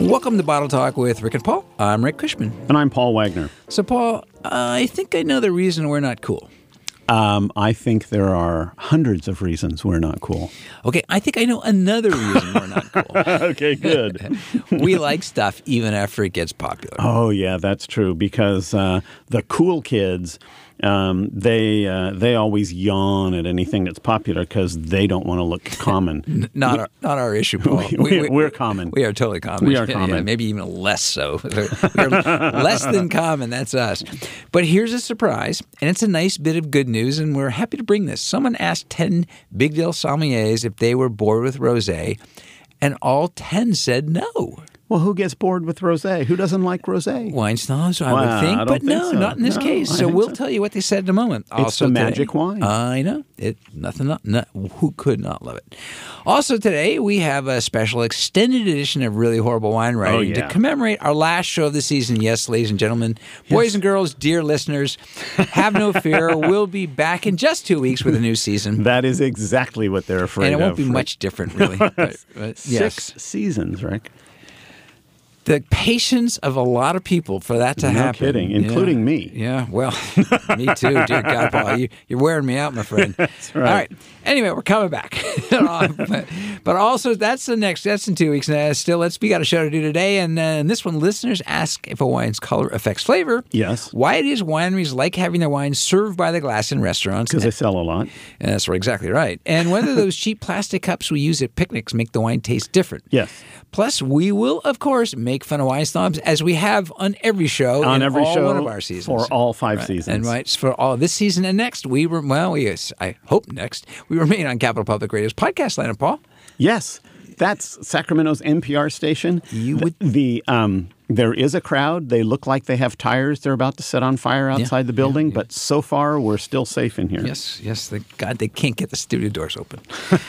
Welcome to Bottle Talk with Rick and Paul. I'm Rick Cushman. And I'm Paul Wagner. So, Paul, I think I know the reason we're not cool. Um, I think there are hundreds of reasons we're not cool. Okay, I think I know another reason we're not cool. okay, good. we like stuff even after it gets popular. oh, yeah, that's true because uh, the cool kids. Um, they uh, they always yawn at anything that's popular because they don't want to look common. Not our, not our issue, Paul. we- we're common. We are totally common. We are Yeah, common. maybe even less so. We're less than common. That's us. But here's a surprise, and it's a nice bit of good news, and we're happy to bring this. Someone asked ten Big Deal sommeliers if they were bored with rosé, and all ten said no. well, who gets bored with rosé? Who doesn't like rosé? Wine snobs, I Wow, would think, I don't but think no, so. not in this No, case. I So think we'll so. tell you what they said in a moment. also the today- magic wine. I know it. Nothing. Not, not, who could not love it? Also today we have a special extended edition of really horrible wine writing to Oh, yeah. commemorate our last show of the season. Yes, ladies and gentlemen, boys and girls, dear listeners, have no fear. we'll be back in just two weeks with a new season, That is exactly what they're afraid and it won't of. be Rick. much different, really. But- but yes. Six seasons, Rick. the patience of a lot of people for that to No happen. kidding, Yeah. including me. Yeah, well, me too. Dear God, Paul, you, you're wearing me out, my friend. right. All right. Anyway, we're coming back. but, but also, that's the next. That's in two weeks. And uh, still, let's we got a show to do today. And uh, in this one, listeners ask if a wine's color affects flavor. Yes. Why it is wineries like having their wine served by the glass in restaurants. Because they sell a lot. And that's right- exactly right. And whether those cheap plastic cups we use at picnics make the wine taste different. Yes. Plus, we will, of course, make fun of wine snobs as we have on every show On in every all show one of our seasons for all five seasons. and rights for all this season and next. We were well, yes, I hope next we remain on Capital Public Radio's podcast lineup. Paul, Yes, that's Sacramento's NPR station. You Th- would- the um, there is a crowd. They look like they have tires. They're about to set on fire outside the building, but so far we're still safe in here. yes, yes, thank God they can't get the studio doors open.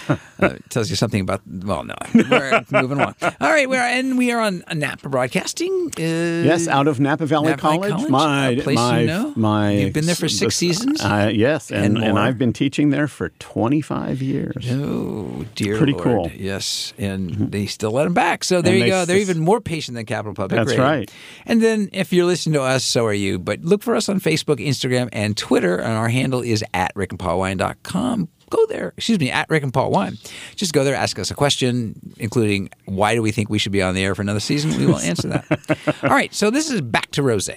uh, it tells you something about well, no, we're moving on. All right, we're and we are on Napa Broadcasting. Uh, Yes, out of Napa Valley Napa Valley College, College, my a place you my know. my. You've been there for six seasons? Uh, yes, and And and more. I've been teaching there for twenty five years. Oh dear, Pretty Lord. cool. Mm-hmm. Yes, and they still let them back. So there And you they go. They're s- even more patient than Capital Public. That's Radio. right. And then if you're listening to us, so are you. But look for us on Facebook, Instagram, and Twitter. And our handle is at rickandpaulwine.com. Go there. Excuse me, at Rick and Paul Wine. Just go there, ask us a question, including why do we think we should be on the air for another season? We will answer that. All right. So this is back to Rose.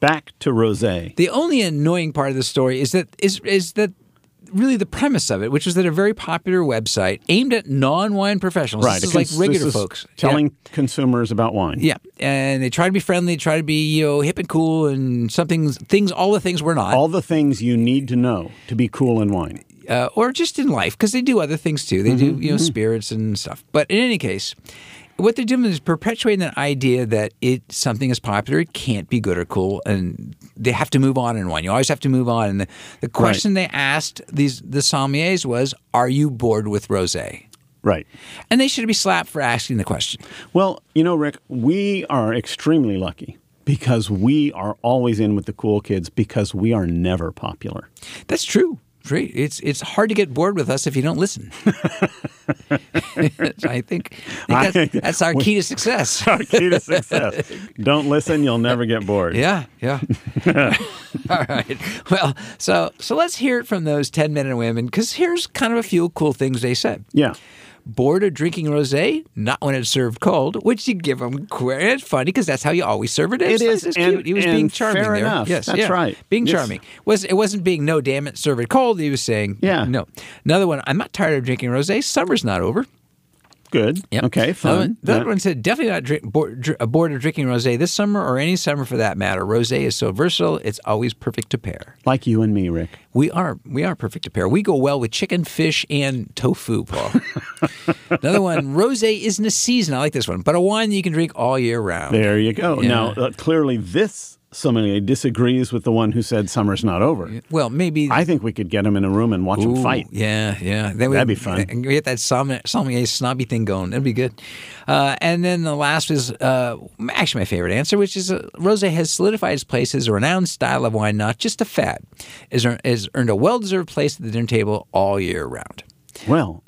Back to Rosé. The only annoying part of the story is that is is that really the premise of it, which is that a very popular website aimed at non-wine professionals, Right, this is cons- like regular this is folks telling consumers about wine. yeah. yeah, and they try to be friendly, try to be you know hip and cool, and something things all the things we're not, all the things you need to know to be cool in wine. uh, or just in life because they do other things too. They do you know spirits and stuff. But in any case. What they're doing is perpetuating that idea that it something is popular, it can't be good or cool, and they have to move on in wine. You always have to move on. And the, the question they asked these the sommeliers was, "Are you bored with rosé?" Right. And they should be slapped for asking the question. Well, you know, Rick, we are extremely lucky because we are always in with the cool kids because we are never popular. That's true. Right. It's it's hard to get bored with us if you don't listen. I think, I think that's, that's our key to success. Our key to success. Don't listen, you'll never get bored. Yeah, yeah. All right. Well, so so let's hear it from those ten men and women because here's kind of a few cool things they said. Yeah. Bored of drinking rosé? Not when it's served cold, which you give them. It's funny because that's how you always serve it. It's, It is, It's and- cute. He was and being charming fair there. enough. Yes, That's yeah. right. Being Yes. charming. Was it wasn't being no damn it, serve it cold. He was saying Yeah. no. Another one. I'm not tired of drinking rosé. Summer's not over. Good. Yep. Okay, Another one, fun. the other Yeah. one said, definitely not drink, bored, dr- bored of drinking rosé this summer or any summer for that matter. Rosé is so versatile; it's always perfect to pair. Like you and me, Rick. We are we are perfect to pair. We go well with chicken, fish, and tofu, Paul. Another one, rosé isn't a season. I like this one, but a wine you can drink all year round. There you go. Yeah. Now, uh, clearly, this sommelier disagrees with the one who said summer's not over. Well, maybe I think we could get him in a room and watch him Ooh, fight. Yeah, yeah. Then we- That'd be fun. And we get that som- sommelier snobby thing going. That'd be good. Uh, and then the last is uh, actually my favorite answer, which is uh, rosé has solidified its place as a renowned style of wine, not just a fad. Is earned, has earned a well-deserved place at the dinner table all year round. Well,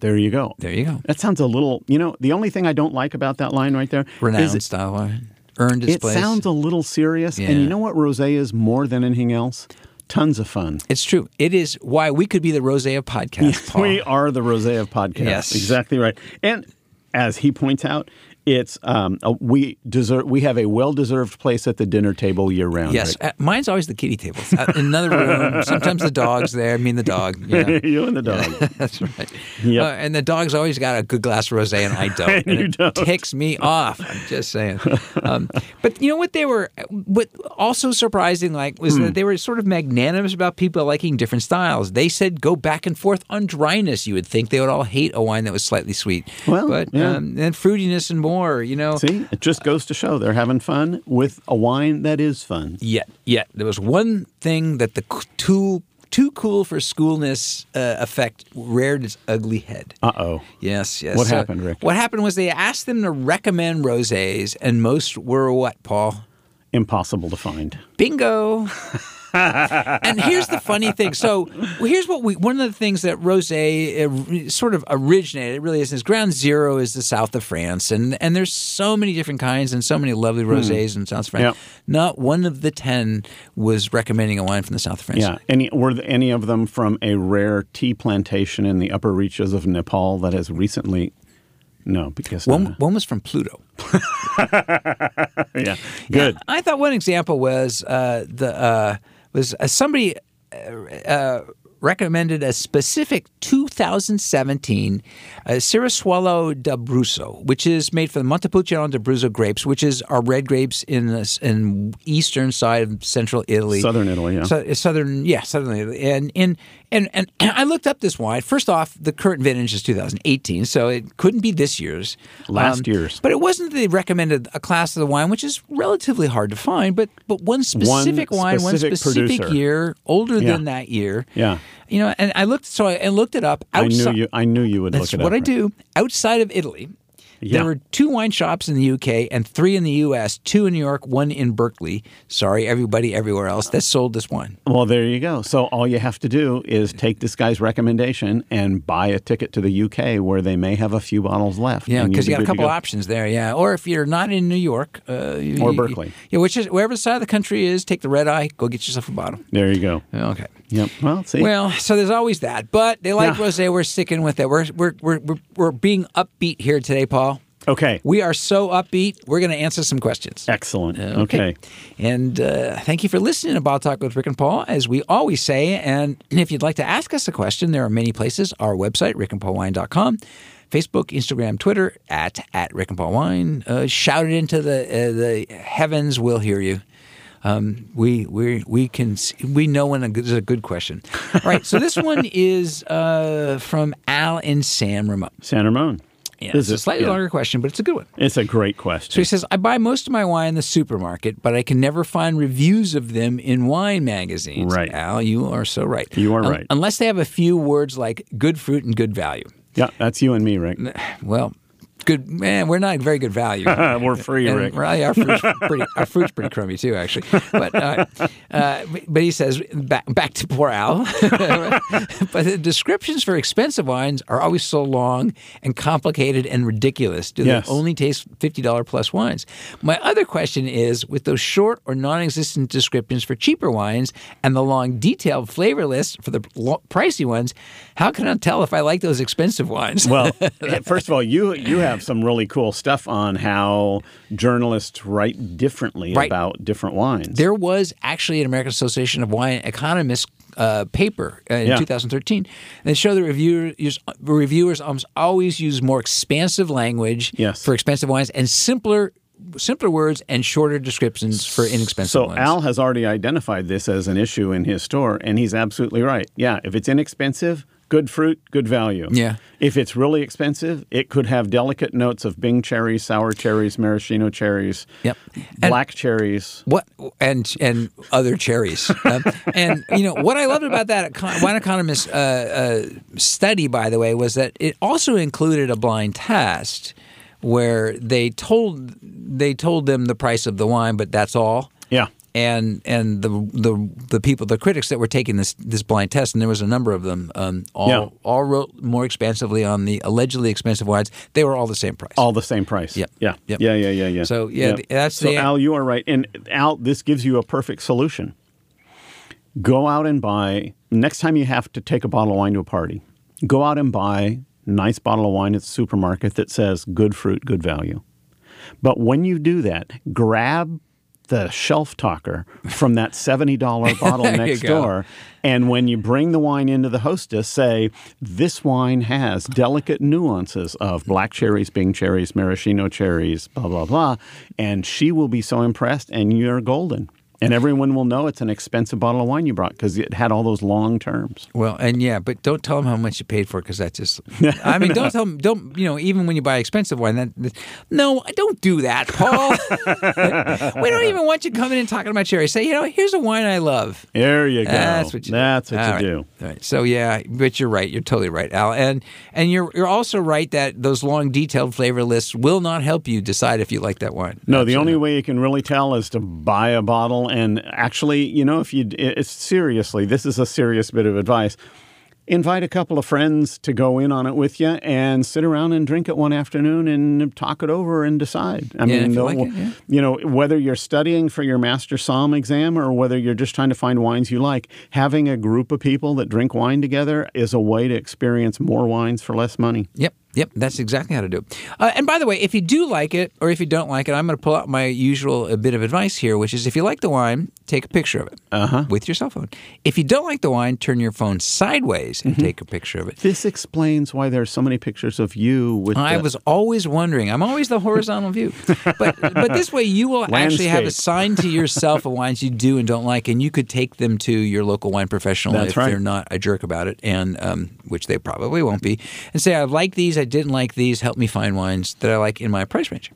There you go. There you go. That sounds a little, you know, the only thing I don't like about that line right there is Renowned it, style line. Earned its it place. sounds a little serious. Yeah. And you know what rosé is more than anything else? Tons of fun. It's true. It is why we could be the Rosea podcast. Paul. We are the Rosé of podcasts. Yes. exactly right. And as he points out, it's um, a, we deserve we have a well deserved place at the dinner table year round. Yes, right? Uh, mine's always the kitty table. It's, uh, Another room. Sometimes the dog's there. I mean, the dog. You know. you and the dog. That's right. Yep. Uh, and the dog's always got a good glass of rosé, and I don't. And you it don't. ticks me off. I'm just saying. Um, but you know what they were? What also surprising, like, was Hmm. that they were sort of magnanimous about people liking different styles. They said go back and forth on dryness. You would think they would all hate a wine that was slightly sweet. Well, but yeah. um, and fruitiness and more. You know. See, it just goes to show they're having fun with a wine that is fun. yet yet there was one thing that the c- too too cool for schoolness uh, effect reared its ugly head. Uh oh. Yes, yes. What happened, Rick? What happened was they asked them to recommend rosés, and most were what, Paul? Impossible to find. Bingo. and here's the funny thing. So here's what we one of the things that rosé uh, sort of originated. It really isn't. Is ground zero is the south of France, and and there's so many different kinds and so many lovely rosés in South France. Hmm. Yep. Not one of the ten was recommending a wine from the south of France. Yeah. Any were th- any of them from a rare tea plantation in the upper reaches of Nepal that has recently? No, because One, uh, one was from Pluto. yeah, good. I thought one example was uh, the uh, was uh, somebody uh, uh, recommended a specific 2017 uh, Cirassuolo d'Abruzzo, which is made from the Montepulciano d'Abruzzo grapes, which is our red grapes in the s- in eastern side of central Italy, Southern Italy, yeah. So- southern, yeah, southern Italy, and and and and I looked up this wine. First off, the current vintage is 2018, so it couldn't be this year's Um, Last year's. but it wasn't that they recommended a class of the wine, which is relatively hard to find. But but one specific wine, specific one specific producer. year, older Yeah. than that year. Yeah. you know. And I looked, so I, I looked it up. I knew outside- you. I knew you would That's look it what up. I Rick. do. Outside of Italy, Yeah. there were two wine shops in the UK and three in the US. Two in New York, one in Berkeley. Sorry, everybody, everywhere else that sold this wine. Well, there you go. So all you have to do is take this guy's recommendation and buy a ticket to the UK where they may have a few bottles left. Yeah, and because you got you'll be a good to couple go. options there. Yeah, or if you're not in New York, uh, you- Or you- Berkeley. yeah, which is wherever side of the country is, take the red eye, go get yourself a bottle. There you go. Okay. Yep. Well, see. Well, so there's always that, but they like Yeah. rosé. We're sticking with it. We're we're, we're we're we're being upbeat here today, Paul. okay. We are so upbeat. We're going to answer some questions. Excellent. Uh, okay. And uh, thank you for listening to Ball Talk with Rick and Paul, as we always say. And if you'd like to ask us a question, there are many places. Our website, rickandpaulwine.com, Facebook, Instagram, Twitter, at, at Rick and Paul Wine. Uh, shout it into the, uh, the heavens. We'll hear you. Um, we we we can s- we know when a good, is a good question. All right, so this one is uh, from Al and Sam Ramon. San Ramon. Yeah, This it's a is- slightly yeah. longer question, but it's a good one. It's a great So question. he says, I buy most of my wine in the supermarket, but I can never find reviews of them in wine magazines. Right. Al, you are so right. You are right. Unless they have a few words like good fruit and good value. yeah, that's you and me, Rick. Well, good, man, we're not very good value. Uh, We're free, And Rick. really, our fruit's pretty, our fruit's pretty crummy too, actually. But uh, uh, but he says back back to poor Al. but the descriptions for expensive wines are always so long and complicated and ridiculous. Do Yes. they only taste fifty dollar plus wines? My other question is, with those short or non-existent descriptions for cheaper wines and the long detailed flavor lists for the lo- pricey ones, how can I tell if I like those expensive wines? Well, first of all, you you have some really cool stuff on how journalists write differently Right. about different wines. There was actually an American Association of Wine Economists uh, paper uh, in Yeah. 2013 that showed that reviewers, reviewers almost always use more expansive language Yes. for expensive wines and simpler simpler words and shorter descriptions for inexpensive So ones. Al has already identified this as an issue in his store, and he's absolutely right. Yeah, if it's inexpensive, good fruit, good value. Yeah. If it's really expensive, it could have delicate notes of Bing cherries, sour cherries, maraschino cherries, Yep. And- black cherries. What and and other cherries, um, and you know what I loved about that econ- wine economist uh, uh, study, by the way, was that it also included a blind test where they told they told them the price of the wine, but that's all. Yeah. and and the the the people, the critics that were taking this this blind test, and there was a number of them, um, all Yeah. all wrote more expansively on the allegedly expensive wines. They were all the same price. All the same price. Yep. Yeah. Yep. Yeah. Yeah. Yeah. Yeah. So, yeah, Yep. th- that's so the- Al, you are right, and Al, this gives you a perfect solution. Go out and buy next time you have to take a bottle of wine to a party. Go out and buy nice bottle of wine at the supermarket that says "good fruit, good value." But when you do that, grab the shelf talker from that $70 bottle you next go. door. And when you bring the wine into the hostess, say, This wine has delicate nuances of black cherries, Bing cherries, maraschino cherries, blah, blah, blah. And she will be so impressed, and you're golden. And everyone will know it's an expensive bottle of wine you brought because it had all those long terms. Well, and yeah, but don't tell them how much you paid for it because that's just. I mean, don't tell them. Don't you know? Even when you buy expensive wine, that, that no, don't do that, Paul. we don't even want you coming in talking about cherry. Say, you know, here's a wine I love. There you go. That's what you. That's what All you right. do. All right. So yeah, but you're right. You're totally right, Al. And and you're you're also right that those long detailed flavor lists will not help you decide if you like that wine. No, the only way you can really tell is to buy a bottle. And actually, you know, if you, it's seriously, this is a serious bit of advice. Invite a couple of friends to go in on it with you and sit around and drink it one afternoon and talk it over and decide. I Yeah, if mean, you they'll- like it, yeah. you know, whether you're studying for your master psalm exam or whether you're just trying to find wines you like, having a group of people that drink wine together is a way to experience more wines for less money. Yep, yep, that's exactly how to do it. Uh, and by the way, if you do like it or if you don't like it, I'm going to pull out my usual uh, bit of advice here, which is if you like the wine, take a picture of it with your cell phone. If you don't like the wine, turn your phone sideways and take a picture of it. This explains why there are so many pictures of you with I the- was always wondering. I'm always the horizontal view, but but this way you will actually have Landscape. assigned to yourself the wines you do and don't like, and you could take them to your local wine professional That's if right. they're not a jerk about it, and um, which they probably won't be, and say I like these, I didn't like these. Help me find wines that I like in my price range.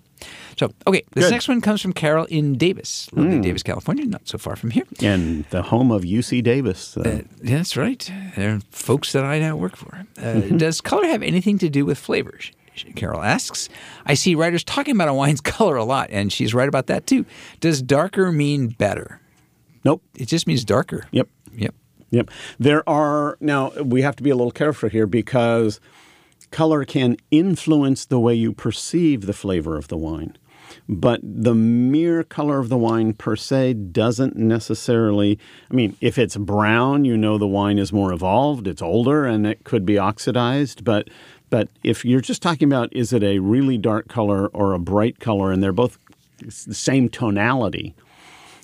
So okay, this Good. Hmm. next one comes from Carol in Davis, lovely Davis, California, not so far from here. and the home of UC Davis. Uh, Yeah, That's right. They're folks that I now work for. Uh, does color have anything to do with flavors? Carol asks. I see writers talking about a wine's color a lot, and she's right about that too. Does darker mean better? nope. It just means darker. Yep. Yep. Yep. There are now we have to be a little careful here because color can influence the way you perceive the flavor of the wine. But the mere color of the wine per se doesn't necessarily. I mean, if it's brown, you know the wine is more evolved, it's older, and it could be oxidized. But but if you're just talking about is it a really dark color or a bright color, and they're both s- the same tonality,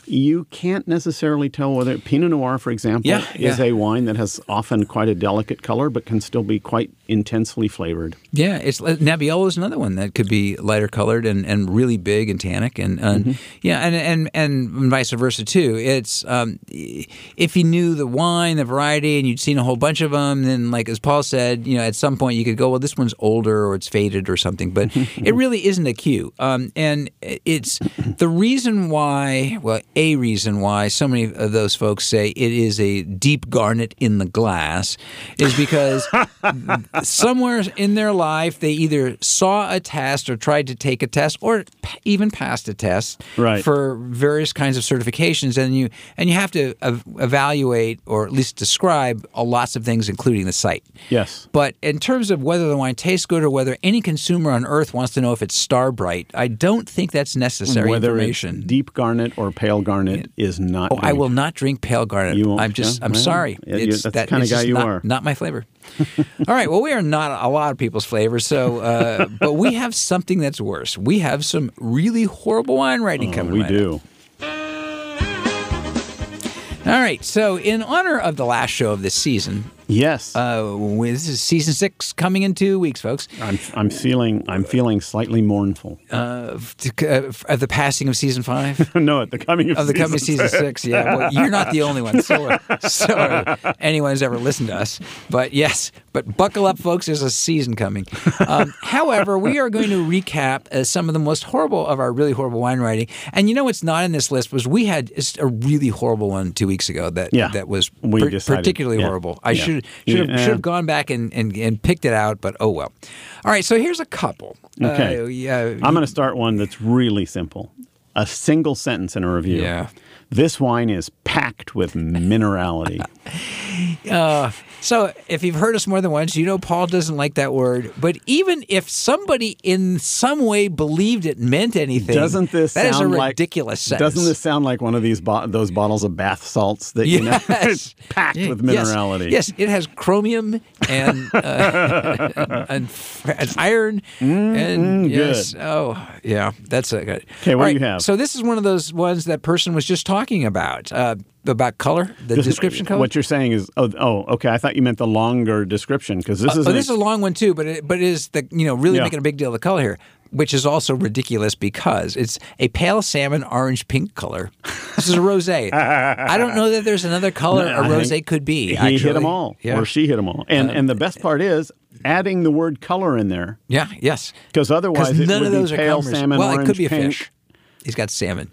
you can't necessarily tell whether Pinot Noir, for example, Yeah, is yeah. a wine that has often quite a delicate color, but can still be quite intensely flavored. Yeah, it's uh, Nebbiolo is another one that could be lighter colored and, and really big and tannic and, and yeah and, and and vice versa too. It's um, if you knew the wine, the variety, and you'd seen a whole bunch of them, then like as Paul said, you know, at some point you could go, well, this one's older or it's faded or something. But it really isn't a cue, um, and it's the reason why. Well, a reason why so many of those folks say it is a deep garnet in the glass is because somewhere in their life they either saw a test or tried to take a test or p- even passed a test Right. for various kinds of certifications and you and you have to ev- evaluate or at least describe uh, lots of things including the site Yes. but in terms of whether the wine tastes good or whether any consumer on earth wants to know if it's star bright i don't think that's necessary Whether it's information deep garnet or pale garnet is not. Oh, I going- will not drink pale garnet. You won't, I'm just, yeah, I'm well, sorry. yeah, you- that's the kinda it's guy just you not, are. Not my flavor. All right. Well, we are not a lot of people's flavors. So, uh, but we have something that's worse. We have some really horrible wine writing coming. Oh, We right do. up. All right. So, in honor of the last show of this season, Yes. uh, we- this is season six coming in two weeks, folks. I'm, I'm feeling I'm feeling slightly mournful. Uh, to- uh, of the passing of season five. no, at the coming of, of the coming season six. Yeah, well, you're not the only one. So, are, so are anyone who's ever listened to us. But yes, but buckle up, folks. There's a season coming. Um, however, we are going to recap uh, some of the most horrible of our really horrible wine writing. And you know what's not in this list was we had just a really horrible one two weeks ago that Yeah, that was we par- decided, particularly yeah, horrible. I yeah. should should have, Yeah. should have gone back and, and and picked it out, but oh well. All right, so here's a couple. Okay. Uh, yeah. I'm going to start one that's really simple. A single sentence in a review. Yeah. This wine is packed with minerality. Uh, so, if you've heard us more than once, you know Paul doesn't like that word. But even if somebody in some way believed it meant anything, Doesn't this that is a sound like- ridiculous sentence? Doesn't this sound like one of these bo- those bottles of bath salts that you know Yes. it's packed with Yes. minerality? Yes, it has chromium and uh, and, f- and iron and yes. Oh, yeah, that's a good. 'Kay, Mm, what All do you have? So this is one of those ones that person was just talking about uh, about color, the This- description color. What you're saying is, oh, oh, okay. I thought you meant the longer description because this is oh, this is a long one too, but it, but it is the you know really Yeah. making a big deal of the color here, which is also ridiculous because it's a pale salmon orange pink color. This is a rosé. I don't know that there's another color No, a I rosé think could be. he actually. hit them all, Yeah. Uh, or she hit them all. And and the best part is adding the word color in there yeah. Yes. because otherwise Because it none would of be those are pale comers. salmon, Well, orange, it could be a pink. fish. He's got salmon.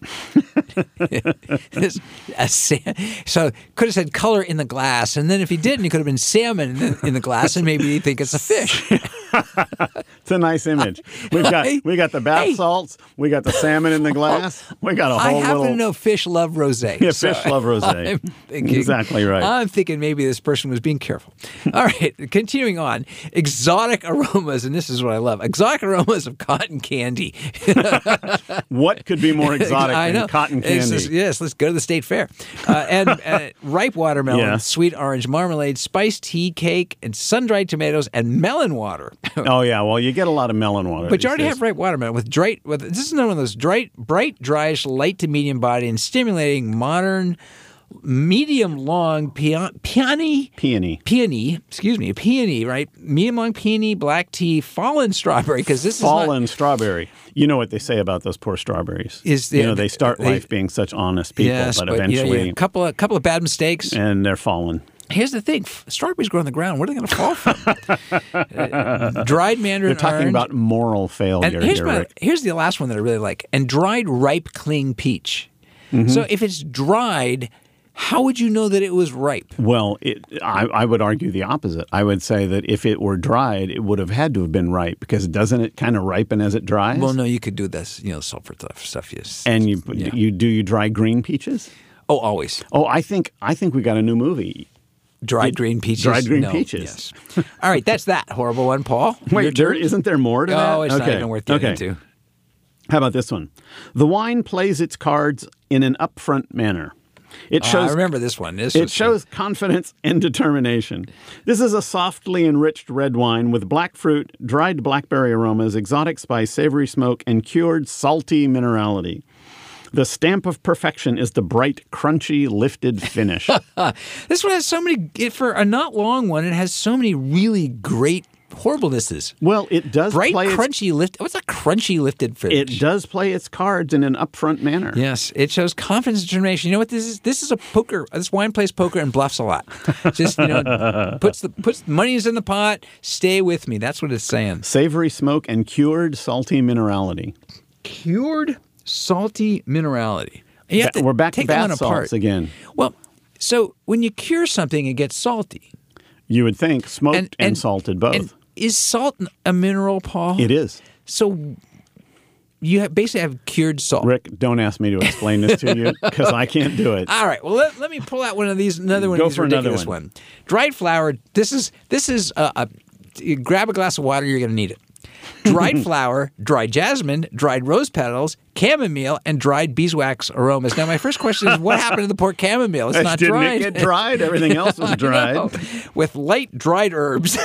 It's a sa- so could have said color in the glass, and then if he didn't, it could have been salmon in the, in the glass, and maybe you think it's a fish. It's a nice image. We've got Hey, we got the bath hey. Oh. salts. We got the salmon in the glass. We got a I whole happen little to know fish love rosé. Yeah, so fish love rosé. I'm thinking- Exactly right. I'm thinking maybe this person was being careful. All right, continuing on, exotic aromas, and this is what I love: exotic aromas of cotton candy. what could be more exotic I know. than cotton It's candy? just- yes, let's go to the state fair. Uh, and uh, ripe watermelon, Yeah. sweet orange marmalade, spiced tea cake, and sun dried tomatoes and melon water. Oh yeah, well you get a lot of melon water. But these you already days. have ripe watermelon with dried. With, this is another one of those dried, bright, dryish, light to medium body and stimulating modern, medium long pea- peony peony. peony, excuse me, peony, right? Medium long peony, black tea, fallen strawberry, because this is not. fallen strawberry. You know what they say about those poor strawberries? Is you the- know they start they- life being such honest people, Yes, but, but yeah, yeah, eventually, a couple of couple of bad mistakes. and they're fallen. Here's the thing: f- strawberries grow on the ground. Where are they going to fall from? Uh, dried mandarin They're talking orange. about moral and failure here's, here, my, Rick. here's the last one that I really like: and dried ripe cling peach. Mm-hmm. So if it's dried, how would you know that it was ripe? Well, it, I, I would argue the opposite. I would say that if it were dried, it would have had to have been ripe because doesn't it kind of ripen as it dries? Well, no, you could do this, you know, sulfur stuff. Stuff yes. and you you do you dry green peaches? oh, always Oh, I think I think we got a new movie. dried green peaches. Dried green No, peaches. Yes. All right, that's that horrible one, Paul. Your Wait, there, turn? isn't there more to that? Oh, it's not Okay, even worth getting okay. into. How about this one? The wine plays its cards in an upfront manner. It Uh, I shows remember this one. This It was- shows confidence and determination. This is a softly enriched red wine with black fruit, dried blackberry aromas, exotic spice, savory smoke, and cured salty minerality. The stamp of perfection is the bright, crunchy, lifted finish. uh, This one has so many it- for a not long one. It has so many really great horriblenesses. well, it does Bright, play its, crunchy lift. What's a crunchy lifted fish? it does play its cards in an upfront manner. Yes, it shows confidence and determination. You know what this is? This is a poker. This wine plays poker and bluffs a lot. Just you know, puts the puts money's in the pot. Stay with me. That's what it's saying. Savory smoke and cured salty minerality. Cured salty minerality. You have Ba- to we're back to take that one bath apart salts again. Well, so when you cure something, it gets salty You would think smoked and, salted both. and is salt a mineral, Paul? it is. So you have, basically have cured salt. Rick, don't ask me to explain this to you because I can't do it. All right. Well, let, let me pull out one of these. Another one. Go of these for another ridiculous one. Dried flour. This is this is a, a you grab a glass of water. You're going to need it. Dried flour, dried jasmine, dried rose petals, chamomile, and dried beeswax aromas. Now, my first question is, what happened to the poor chamomile? It's not Didn't dried. it get dried? Everything else was dried. No, with light dried herbs.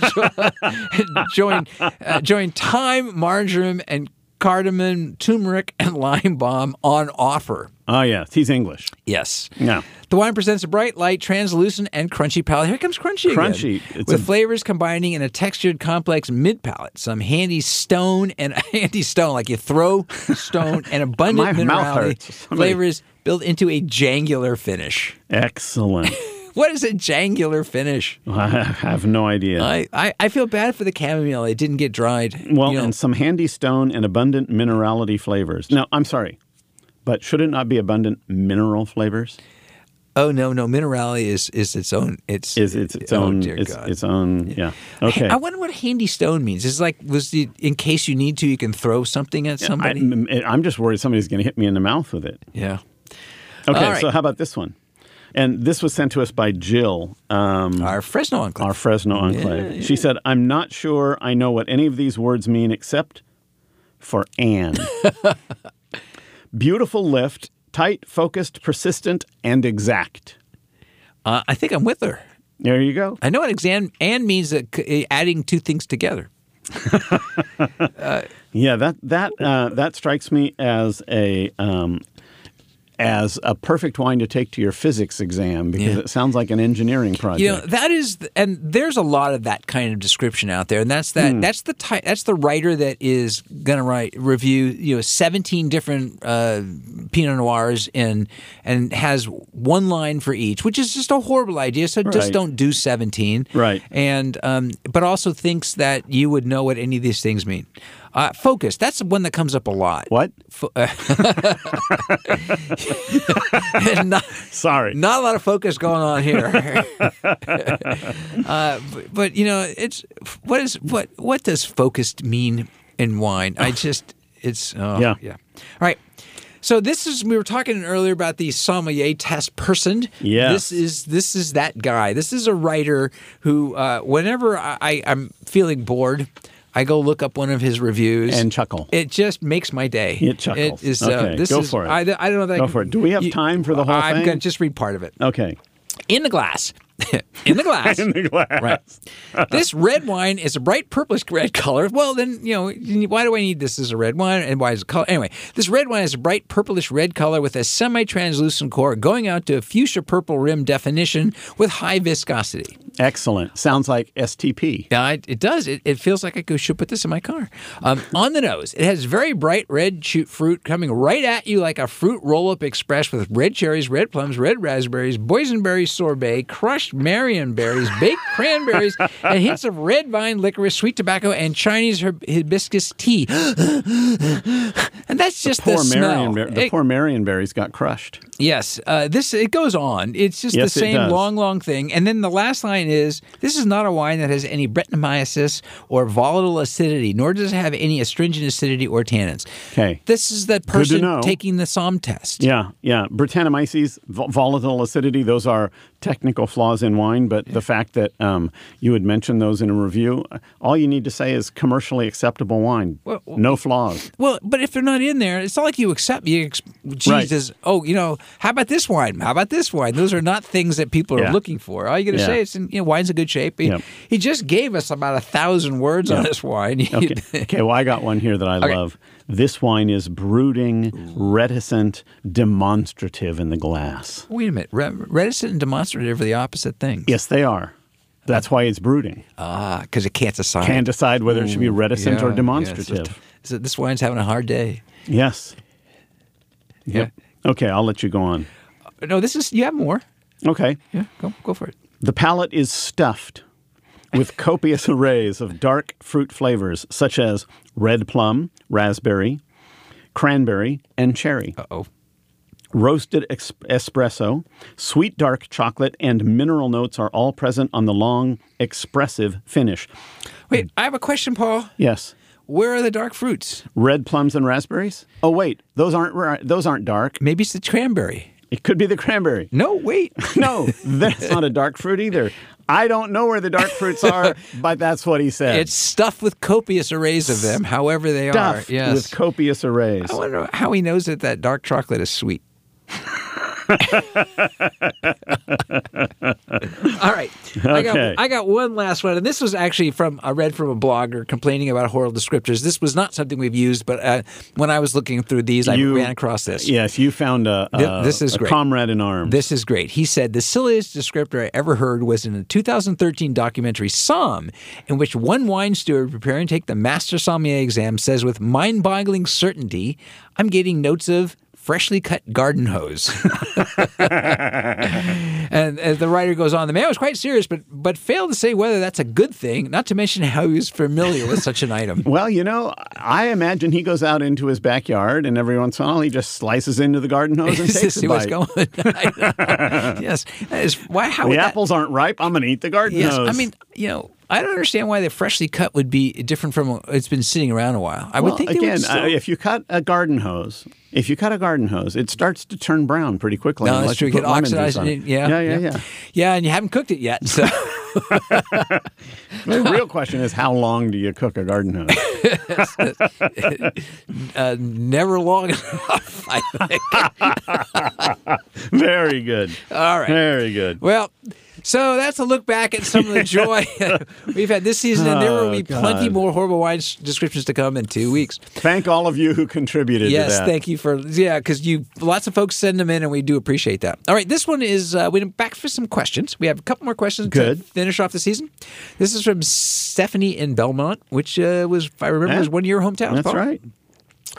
join, uh, join thyme, marjoram, and cardamom, turmeric, and lime balm on offer. Oh yes, he's English. Yes. No. The wine presents a bright, light, translucent, and crunchy palate. Here comes crunchy. again. Crunchy. It's with a- flavors combining in a textured, complex mid palate. Some handy stone and handy stone, like you throw stone and abundant My mouth minerality hurts. Somebody- flavors built into a jangular finish. Excellent. What is a jangular finish? I have no idea. I, I, I feel bad for the chamomile. It didn't get dried. well, You know, and some handy stone and abundant minerality flavors. No, I'm sorry, but should it not be abundant mineral flavors? oh no, no, minerality is is its own. It's Is it's its own? Oh dear it's, God. its own. Yeah. Okay. I wonder what handy stone means. It's like was the in case you need to, you can throw something at somebody. I, am just worried somebody's going to hit me in the mouth with it. yeah. Okay, All right. so how about this one? And this was sent to us by Jill, um, Our Fresno enclave. our Fresno enclave. She said, I'm not sure I know what any of these words mean except for and. Beautiful lift, tight, focused, persistent, and exact. uh, I think I'm with her. There you go. I know what exam and means that c- uh, adding two things together. Yeah, that that uh, that strikes me as a um, as a perfect wine to take to your physics exam because Yeah. it sounds like an engineering project. You know, that is, and there's a lot of that kind of description out there, and that's that. That's the ty- that's the writer that is going to write review. You know, seventeen different uh, Pinot Noirs and and has one line for each, which is just a horrible idea. So just Right. don't do seventeen. Right. And um, but also thinks that you would know what any of these things mean. Uh, focus. That's one that comes up a lot. what? Fo- uh, not, Sorry. not a lot of focus going on here. uh, but, but you know, it's what is what what does focused mean in wine? I just it's oh, Yeah. yeah. All right. So this is we were talking earlier about the sommelier test person. Yes. This is this is that guy. This is a writer who uh, whenever I, I, I'm feeling bored, I go look up one of his reviews And chuckle. It just makes my day. It chuckles. It is, Okay, uh, this go is, for it. I, I don't know that I Go can- for it. Do we have time for the whole I'm thing? gonna just read part of it Okay. in the glass. in the glass. In the glass. Right. this red wine is a bright purplish red color. Well, then, you know, why do I need this as a red wine? And why is it color? Anyway, this red wine is a bright purplish red color with a semi translucent core going out to a fuchsia purple rim definition with high viscosity. Excellent. Sounds like STP. Yeah, it, it does. It, it feels like I could, should put this in my car. Um, on the nose, it has very bright red shoot fruit coming right at you like a fruit roll up express with red cherries, red plums, red raspberries, boysenberry sorbet, crushed marionberries, baked cranberries, and hints of red vine licorice, sweet tobacco, and Chinese hib- hibiscus tea. and that's just the, Poor smell. Marion. The It- poor Marionberries got crushed. Yes, uh, this it goes on. It's just Yes, the it same does. long, long thing. And then the last line is: "This is not a wine that has any Brettanomyces or volatile acidity, nor does it have any astringent acidity or tannins." Okay. This is that person know. taking the SOM test. Yeah, yeah. Britannomyces, vo- volatile acidity, those are technical flaws in wine, but the fact that um, you had mentioned those in a review, uh, all you need to say is commercially acceptable wine. Well, well- no flaws. Well, but if they're not in there, it's not like you accept. You, ex- Right. Jesus, oh, you know, how about this wine? How about this wine? Those are not things that people are Yeah. looking for. All you got to Yeah. say is, you know, wine's in good shape. He, Yep. he just gave us about a thousand words on this wine. Okay. okay, well, I got one here that I Okay. love. This wine is brooding, reticent, demonstrative in the glass. Wait a minute. Re- reticent and demonstrative are the opposite things. Yes, they are. That's why it's brooding. Ah, because it can't decide. Can't decide whether it should be reticent or demonstrative. so this wine's having a hard day. Yes. Yeah. Uh, Okay, I'll let you go on. No, this is you have more. Okay. Yeah, go go for it. The palate is stuffed with copious arrays of dark fruit flavors such as red plum, raspberry, cranberry, and cherry, Uh oh. roasted ex- espresso, sweet dark chocolate, and mineral notes are all present on the long, expressive finish. Wait, I have a question, Paul. Yes, Where are the dark fruits? red plums and raspberries. Oh wait, those aren't ra- those aren't dark. Maybe it's the cranberry. It could be the cranberry. No, wait. No, that's not a dark fruit either. I don't know where the dark fruits are, but that's what he said. It's stuffed with copious arrays of them, however they stuffed are. Yes. with copious arrays. I wonder how he knows that that dark chocolate is sweet. All right. I, Okay. got, I got one last one, and this was actually from I read from a blogger complaining about horrible descriptors. This was not something we've used, but uh, when I was looking through these, I You- ran across this. Yes, you found a, Th- a- this is a great. comrade in arms. This is great. He said the silliest descriptor I ever heard was in a 2013 documentary, Somme, in which one wine steward preparing to take the Master Sommelier exam says with mind boggling certainty, I'm getting notes of freshly cut garden hose. and as the writer goes on, the man was quite serious, but, but failed to say whether that's a good thing, not to mention how he was familiar with such an item. well, you know, I imagine he goes out into his backyard, and every once in a while he just slices into the garden hose and Is this takes a see what's bite. going on? yes. That is- why, how The would that- apples aren't ripe. I'm going to eat the garden Yes, hose. I mean, you know, I don't understand why the freshly cut would be different from a- it's been sitting around a while. I Well, would think they again, would still- uh, if you cut a garden hose, if you cut a garden hose, it starts to turn brown pretty quickly. no, unless that's true. You Get put lemon juice oxidized. on in it. it. Yeah, yeah, yeah. yeah. Yeah, and you haven't cooked it yet, so. The real question is how long do you cook a garden hose? uh, never long enough. I think. Very good. All right. Very good. Well, so that's a look back at some of the joy we've had this season, and there will be Oh, plenty God. more horrible wine s- descriptions to come in two weeks. Thank all of you who contributed to Yes, that. thank you for yeah, because you lots of folks send them in, and we do appreciate that. All right, this one is uh, we're back for some questions. We have a couple more questions to Good. finish off the season. This is from Stephanie in Belmont, which uh, was, if I remember, Yeah. was one of your hometowns. That's Paul. right.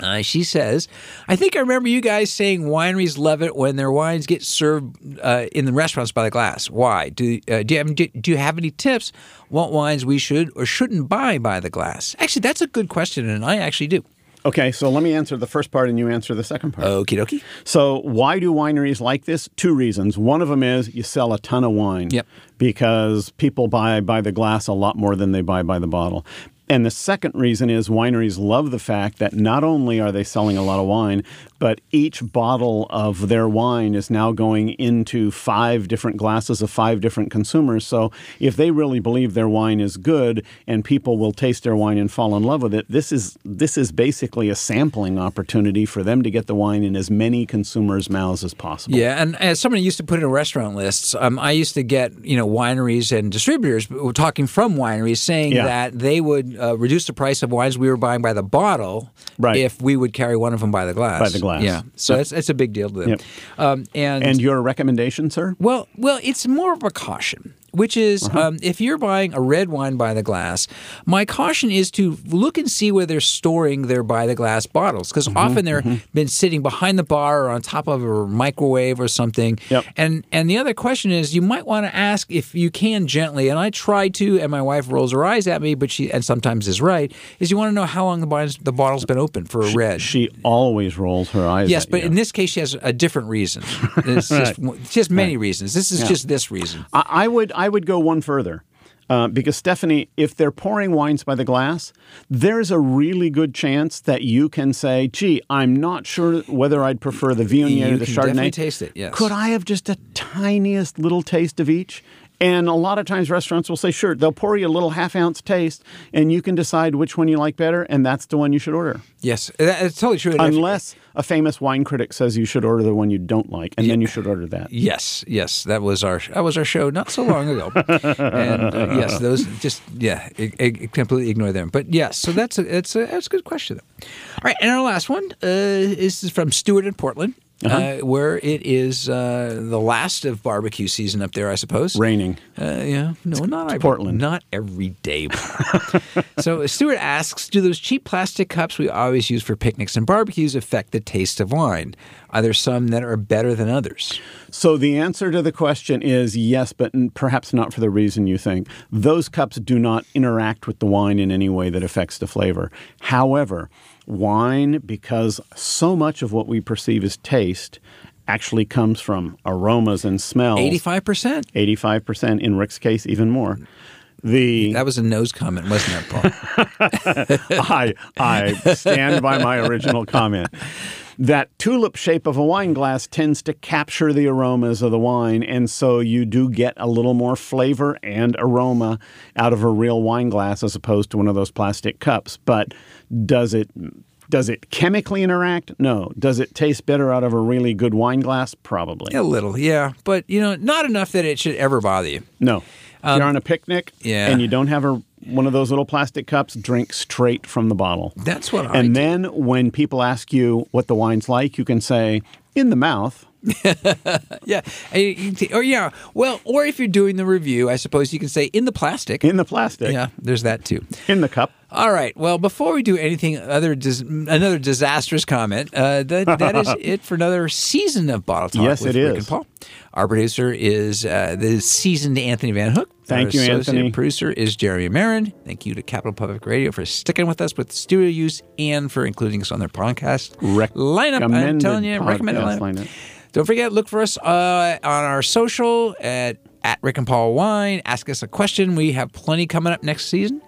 Uh, she says, I think I remember you guys saying wineries love it when their wines get served uh, in the restaurants by the glass. Why? Do, uh, do, you have, do, do you have any tips what wines we should or shouldn't buy by the glass? Actually, that's a good question, and I actually do. Okay, so let me answer the first part and you answer the second part. Okie dokie. So, why do wineries like this? Two reasons. One of them is you sell a ton of wine Yep. because people buy by the glass a lot more than they buy by the bottle. And the second reason is wineries love the fact that not only are they selling a lot of wine, but each bottle of their wine is now going into five different glasses of five different consumers. So, if they really believe their wine is good and people will taste their wine and fall in love with it, this is this is basically a sampling opportunity for them to get the wine in as many consumers' mouths as possible. Yeah, and as someone who used to put in restaurant lists, um, I used to get you know wineries and distributors but we're talking from wineries saying Yeah. that they would uh, reduce the price of wines we were buying by the bottle Right. if we would carry one of them by the glass. By the glass. yeah. So Yep. it's it's a big deal to them. Yep. Um, And your recommendation, sir? well, well, it's more of a caution, which is um, if you're buying a red wine by the glass, my caution is to look and see where they're storing their by the glass bottles because often they're been sitting behind the bar or on top of a microwave or something. Yep. And and the other question is you might want to ask if you can gently, and I try to, and my wife rolls her eyes at me, but she and sometimes is right. Is you want to know how long the bottle's, the bottle's been open for a red? She always rolls her eyes. Yes, at but you. in this case, she has a different reason. It's just, just many reasons. This is just this reason. I, I would I would go one further. Uh, because Stephanie, if they're pouring wines by the glass, there's a really good chance that you can say, "Gee, I'm not sure whether I'd prefer the Viognier You or the can Chardonnay." definitely taste it, yes. Could I have just a tiniest little taste of each? And a lot of times, restaurants will say, "Sure." They'll pour you a little half ounce taste, and you can decide which one you like better, and that's the one you should order. Yes, that- it's totally true. And if- Unless a famous wine critic says you should order the one you don't like, and then you should order that. yes, yes, that was our that was our show not so long ago, and uh, yes, those just yeah, I, I completely ignore them. But yes, so that's a that's a that's a good question. All right, and our last one uh, is from Stewart in Portland. Uh-huh. uh where it is uh, the last of barbecue season up there, I suppose. Raining. Uh, yeah, no, not every, Portland. Not every day. so Stuart asks, do those cheap plastic cups we always use for picnics and barbecues affect the taste of wine? Are there some that are better than others? So the answer to the question is yes, but n- perhaps not for the reason you think. Those cups do not interact with the wine in any way that affects the flavor. However, wine, because so much of what we perceive as taste actually comes from aromas and smells. Eighty-five percent. 85% in Rick's case, even more. The That was a nose comment, wasn't it, Paul? I, I stand by my original comment. That tulip shape of a wine glass tends to capture the aromas of the wine, and so you do get a little more flavor and aroma out of a real wine glass as opposed to one of those plastic cups. But does it does it chemically interact? No. Does it taste better out of a really good wine glass? Probably. a little, yeah, but you know, not enough that it should ever bother you. No. if you're on a picnic yeah. and you don't have a one of those little plastic cups, drink straight from the bottle. That's what I. And then when people ask you what the wine's like, you can say, in the mouth. yeah, And you- you- or yeah, well, or if you're doing the review, I suppose you can say in the plastic. In the plastic, Yeah, there's that too. in the cup. All right. Well, before we do anything other, dis- another disastrous comment. Uh, that that is it for another season of Bottle Talk. Yes, with it Rick is. And Paul. Our producer is uh, the seasoned Anthony Van Hook. Thank Our you, associate Anthony. Producer is Jeremy Marin. Thank you to Capital Public Radio for sticking with us with studio use and for including us on their podcast lineup. I'm Recommended telling you, recommended podcast lineup. lineup. Don't forget, look for us uh, on our social at at Rick and Paul Wine. Ask us a question. We have plenty coming up next season.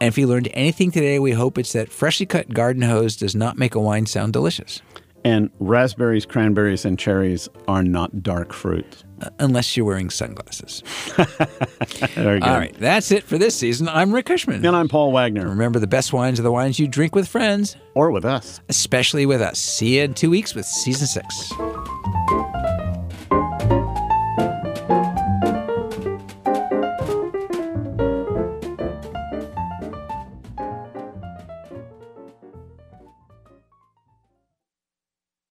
And if you learned anything today, we hope it's that freshly cut garden hose does not make a wine sound delicious. And raspberries, cranberries, and cherries are not dark fruit. uh, unless you're wearing sunglasses. Very good. All right, that's it for this season. I'm Rick Cushman. And I'm Paul Wagner, Remember, the best wines are the wines you drink with friends, or with us. especially with us. See you in two weeks with season six.